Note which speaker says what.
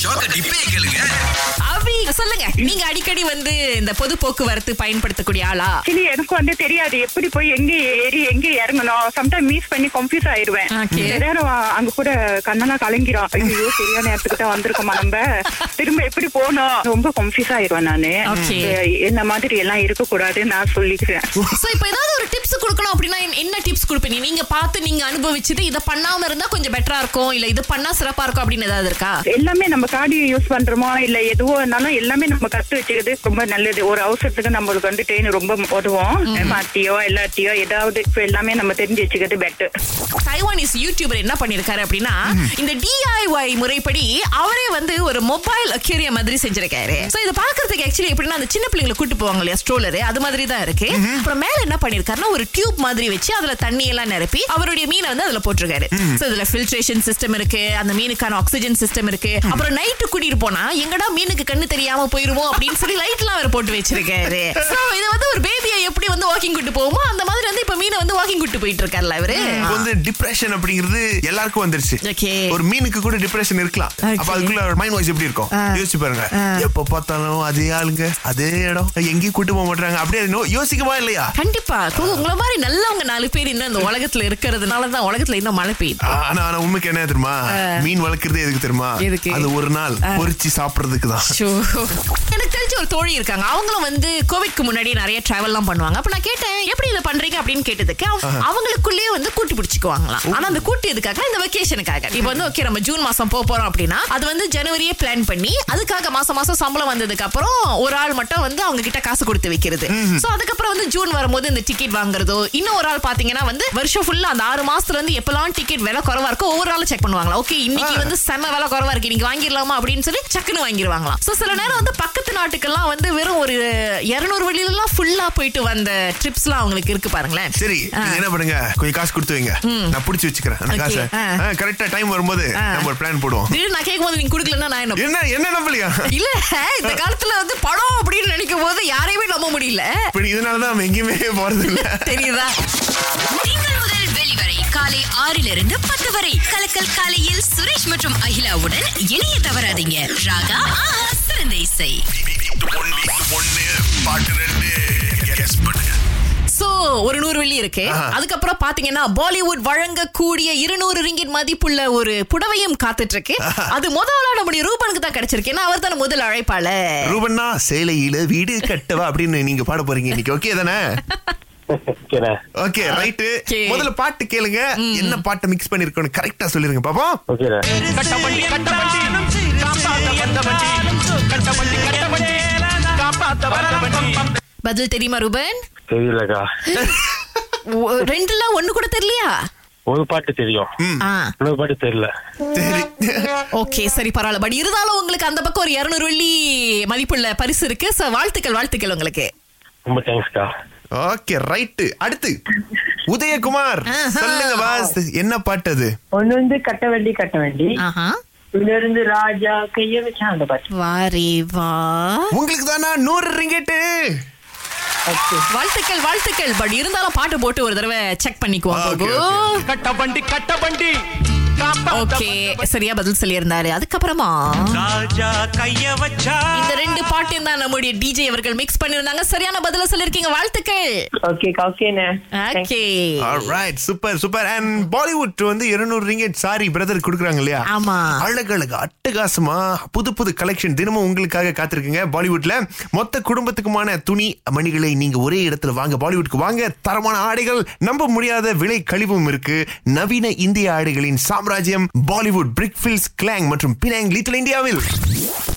Speaker 1: ஷாக்க டிப்பே கேளுங்க
Speaker 2: அபி சொல்லுங்க நீங்க அடிக்கடி வந்து இந்த பொது போக்குவரத்து பயன்படுத்தக்கூடிய ஆளா
Speaker 3: ஆக்சுவலி எனக்கு வந்து தெரியாது எப்படி போய் எங்க ஏறி எங்க இறங்கணும் சம்டைம் மிஸ் பண்ணி கன்ஃபியூஸ் ஆயிருவேன்
Speaker 2: Okay.
Speaker 3: சில நேரம் அங்க கூட கண்ணெல்லாம் கலங்கிரும் ஐயோ சரியான நேரத்துக்கு தான் வந்திருக்கோமா நம்ம திரும்ப எப்படி போகணும் ரொம்ப கன்ஃபியூஸ் ஆயிருவேன் நானு
Speaker 2: Okay.
Speaker 3: என்ன மாதிரி எல்லாம் இருக்க கூடாதுன்னு நான் சொல்லிக்கிறேன்
Speaker 2: சோ இப்போ ஏதாவது ஒரு டிப்ஸ் கொடுக்கணும் அப்படின்னா என்ன- என்ன டிப்ஸ் கொடுப்பீங்க நீங்க பார்த்து நீங்க அனுபவிச்சுட்டு இத பண்ணாம இருந்தா கொஞ்சம் பெட்டரா இருக்கும் இல்ல இது பண்ணா சிறப்பா இருக்கும் அப்படின்னு ஏதாவது இருக்கா
Speaker 3: எல்லாமே நம்ம கார்டியோ யூஸ் பண்றோமா இல்ல எதுவோ இருந்தாலும் எல்லாமே நம்ம கத்து வச்சுக்கிறது ரொம்ப நல்லது ஒரு அவசரத்துக்கு நம்மளுக்கு வந்து ட்ரெயின் ரொம்ப உதவும் மாத்தியோ எல்லாத்தையோ ஏதாவது இப்ப எல்லாமே நம்ம தெரிஞ்சு வச்சுக்கிறது பெட்டர்
Speaker 2: டைவானிஸ் யூடியூபர் என்ன பண்ணிருக்காரு அப்படின்னா இந்த டிஐஒய் முறைப்படி அவரே வந்து ஒரு மொபைல் அக்யூரியம் மாதிரி செஞ்சிருக்காரு சோ இதை பாக்குறதுக்கு ஆக்சுவலி எப்படின்னா அந்த சின்ன பிள்ளைங்களை கூட்டு போவாங்க இல்லையா ஸ்ட்ரோலர் அது மாதிரி தான் இருக்கு அப்புறம் மேல என்ன பண்ணிருக்காருன்னா ஒரு டியூப் மாதிரி வச்சு அதுல தண்ணி எல்லாம் நிரப்பி அவருடைய மீனை வந்து அதுல போட்டிருக்காரு சோ இதுல ஃபில்ட்ரேஷன் சிஸ்டம் இருக்கு அந்த மீனுக்கான ஆக்சிஜன் சிஸ்டம் இருக்கு அப்புறம் நைட்டு கூட்டிட்டு போனா எங்கடா மீனுக்கு கண்ணு தெரியாம போயிருவோம் அப்படின்னு சொல்லி லைட் எல்லாம் அவர் போட்டு வச்சிருக்காரு சோ இது வந்து ஒரு பேபியை எப்படி வந்து வாக்கிங் கூட்டு போவோமோ அந்த மாதிரி வந்து இப்ப மீனை வந்து வாக்கிங் கூட்டு போயிட்டு இருக்காருல்ல
Speaker 4: இப்ப
Speaker 2: அவரு
Speaker 4: வந்து டிப்ரெஷன் அப்படிங்கிறது எல்லாருக்கும் வந்துருச்சு
Speaker 2: Okay.
Speaker 4: ஒரு மீனுக்கு கூட டிப்ரெஷன் இருக்கலாம்
Speaker 2: Okay.
Speaker 4: அப்ப அதுக்குள்ள மைண்ட் வாய்ஸ் எப்படி இருக்கும் யோசிச்சு பாருங்க எப்ப பார்த்தாலும் அதே ஆளுங்க அதே இடம் எங்கேயும் கூட்டு போக மாட்டாங்க அப்படியே அது நோ- யோசிக்கவா இல்லையா
Speaker 2: கண்டிப்பா கு- உங்கள மாதிரி நல்லவங்க நாலு பேர் இன்னும் இந்த உலகத்துல இருக்கிறதுனால தான் உலகத்துல இன்னும் மழை பெய்யுது
Speaker 4: ஆ, ஆனா ஆனா உண்மைக்கு என்ன தெரியுமா மீன் வளர்க்கறது எதுக்கு தெரியுமா
Speaker 2: எதுக்கு?
Speaker 4: அது ஒரு நாள் பொரிச்சு சாப்பிடுறதுக்கு தான்
Speaker 2: ஷோ. எனக்கு தெரிஞ்ச ஒரு தோழி இருக்காங்க அவங்களும் வந்து கோவிட்க்கு முன்னாடி நிறைய டிராவல்லாம் பண்ணுவாங்க அப்ப நான் கேட்டேன் எப்படி இதை பண்றீங்க அப்படின்னு கேட்டதுக்கு அவ- அவங்களுக்குள்ளேயே வந்து கூட்டி பிடிச்சிக்குவாங்களாம் ஆனா அந்த கூட்டு எதுக்காக இந்த வெக்கேஷனுக்காக இப்போ வந்து ஓகே நம்ம ஜூன் மாசம் போக போறோம் அப்படின்னா அது வந்து ஜனவரியே பிளான் பண்ணி அதுக்காக மாசம் மாசம் சம்பளம் வந்ததுக்கு அப்புறம் ஒரு ஆள் மட்டும் வந்து அவங்க கிட்ட காசு கொடுத்து வைக்கிறது சோ அதுக்கப்புறம் வந்து ஜூன் வரும்போது இந்த டிக்கெட் வாங்குறதோ இன்னும் ஒரு ஆள் பாத்தீங்கன்னா வந்து வருஷம் ஃபுல்லா அந்த ஆறு மாசத்துல வந்து எப்பெல்லாம் டிக்கெட் விலை குறவா இருக்கோ ஒவ்வொரு ஆளும் செக் பண்ணுவாங்களா ஓகே இன்னைக்கு
Speaker 4: ஆ.
Speaker 2: வந்து செம விலை குறவா இருக்கு நீங்க வாங்கிடலாமா அப்படின்னு சொல்லி சக்குன்னு வாங்கிடுவாங்களாம் சோ சில நேரம் வந்து பக்கத்து நாட்டுக்கெல்லாம் வந்து வெறும் ஒரு இருநூறு வழியில எல்லாம் ஃபுல்லா போயிட்டு வந்த ட்ரிப்ஸ் எல்லாம் அவங்களுக்கு இருக்கு பாருங்களேன்
Speaker 4: சரி நீங்க என்ன பண்ணுங்க கொஞ்சம் காசு கொடுத்து வைங்க நான் புடிச்சு வச்சுக்கிறேன் அந்த
Speaker 2: Okay.
Speaker 4: காசை
Speaker 2: ஆ.
Speaker 4: கரெக்டா டைம் வரும்போது நம்ம ஒரு பிளான் போடுவோம்
Speaker 2: திடீர்னு நான் கேட்கும் போது நீங்க குடுக்கலன்னா நான் என்ன
Speaker 4: என்ன என்ன நம்பலையா
Speaker 2: இல்ல இந்த காலத்துல வந்து படம் அப்படின்னு நினைக்கும் போது யாரையுமே நம்ப முடியல
Speaker 4: இப்ப இதனாலதான் நம்ம எங்கேயுமே போறது இல்லை
Speaker 2: தெரியுதா
Speaker 5: திங்கள் முதல் வெளிவரை காலை ஆறிலிருந்து பத்து வரை கலக்கல் காலையில் சுரேஷ் மற்றும் அகிலாவுடன் இணைய தவறாதீங்க ராகா ஆஹா, சிறந்த இசை
Speaker 1: ஒன்னு பாட்டு ரெண்டு கெஸ் பண்ணுங்க
Speaker 2: சோ ஒரு நூறு வெள்ளி இருக்கு
Speaker 4: ஆஹா.
Speaker 2: அதுக்கப்புறம் பாத்தீங்கன்னா பாலிவுட் வழங்கக்கூடிய இருநூறு ரிங்கிட் மதிப்புள்ள ஒரு புடவையும் காத்துட்டு இருக்கு அது முதல்ல நம்முடைய ரூபனுக்கு தான் கிடைச்சிருக்கு ஏன்னா அவர் தான் முதல் அழைப்பாளர்
Speaker 4: ரூபண்ணா சேலையில வீடு கட்டவா அப்படின்னு நீங்க பாட போறீங்க இன்னைக்கு ஓகே தானே
Speaker 6: ஓகேண்ணே
Speaker 4: ஓகே ரைட்டு
Speaker 2: Okay.
Speaker 4: முதல்ல பாட்டு கேளுங்க என்ன பாட்டை மிக்ஸ் பண்ணிருக்கோன்னு கரெக்டா சொல்லிருங்க பாப்பா
Speaker 6: ஓகேண்ணே
Speaker 7: கட்டபண்டி கட்டபண்டி காப்பாத்த வந்தபண்டி கட்டபண்டி கட்டபண்டி காப்பாத்த வந்தபண்டி
Speaker 2: பதில் தெரியுமா ரூபன்
Speaker 6: தெரியலக்கா
Speaker 2: ஒ- ரெண்டுல ஒண்ணு கூட தெரியலையா
Speaker 6: ஒரு பாட்டு தெரியும்
Speaker 2: ஆ
Speaker 6: இன்னொரு பாட்டு தெரியல
Speaker 4: சரி
Speaker 2: ஓகே சரி பரவாயில்ல பட் இருந்தாலும் உங்களுக்கு அந்த பக்கம் ஒரு இருநூறு வெள்ளி மதிப்புள்ள பரிசு இருக்கு சோ வாழ்த்துக்கள் வாழ்த்துக்கள் உங்களுக்கு
Speaker 6: ரொம்ப தேங்க்ஸ்க்கா
Speaker 4: ஓகே ரைட்டு அடுத்து உதயகுமார்
Speaker 2: ஆஹா.
Speaker 4: சொல்லுங்க பாஸ் என்ன பாட்டு அது
Speaker 8: ஒன்னு வந்து கட்ட வண்டி கட்ட வண்டி
Speaker 2: ஆஹா
Speaker 8: இன்னொரு வந்து ராஜா கைய வச்சா அந்த பாட்டு
Speaker 2: வாரி வா
Speaker 4: உங்களுக்கு தானா நூறு ரிங்கெட்டு
Speaker 2: வாழ்த்துக்கள் வாழ்த்துக்கள் பட் இருந்தாலும் பாட்டு போட்டு ஒரு தடவை செக் பண்ணிக்குவோம்
Speaker 4: ஆ, okay,
Speaker 2: பாபு.
Speaker 4: okay, okay.
Speaker 7: கட்டபண்டி கட்டபண்டி காப்பாத்த
Speaker 2: ஓகே சரியா பதில் சொல்லியிருந்தாரு அதுக்கப்புறமா
Speaker 7: ராஜா கைய வச்சா
Speaker 2: இந்த ரெண்டு பாட்டையும் தான் நம்முடைய டிஜே அவர்கள் மிக்ஸ் பண்ணிருந்தாங்க சரியான பதில சொல்லிருக்கீங்க வாழ்த்துக்கள்
Speaker 8: ஓகே ஓகேண்ணே
Speaker 2: okay
Speaker 4: alright super super and Bollywood வந்து 200 ரிங்கெட் சாரி பிரதர் குடுக்குறாங்க இல்லையா
Speaker 2: ஆமா.
Speaker 4: அழகழகு அட்டகாசமா புது புது கலெக்ஷன் தினமும் உங்களுக்காக காத்திருக்குங்க பாலிவுட்ல மொத்த குடும்பத்துக்குமான துணி மணிகளை நீங்க ஒரே இடத்துல வாங்க பாலிவுட்க்கு வாங்க தரமான ஆடைகள் நம்ப முடியாத விலை கழிவும் இருக்கு நவீன இந்திய ஆடைகளின் சாம்ராஜ்யம் பாலிவுட் பிரிக்ஃபில்ஸ் கிளாங் மற்றும் பினாங் லிட்டில் இந்தியாவில்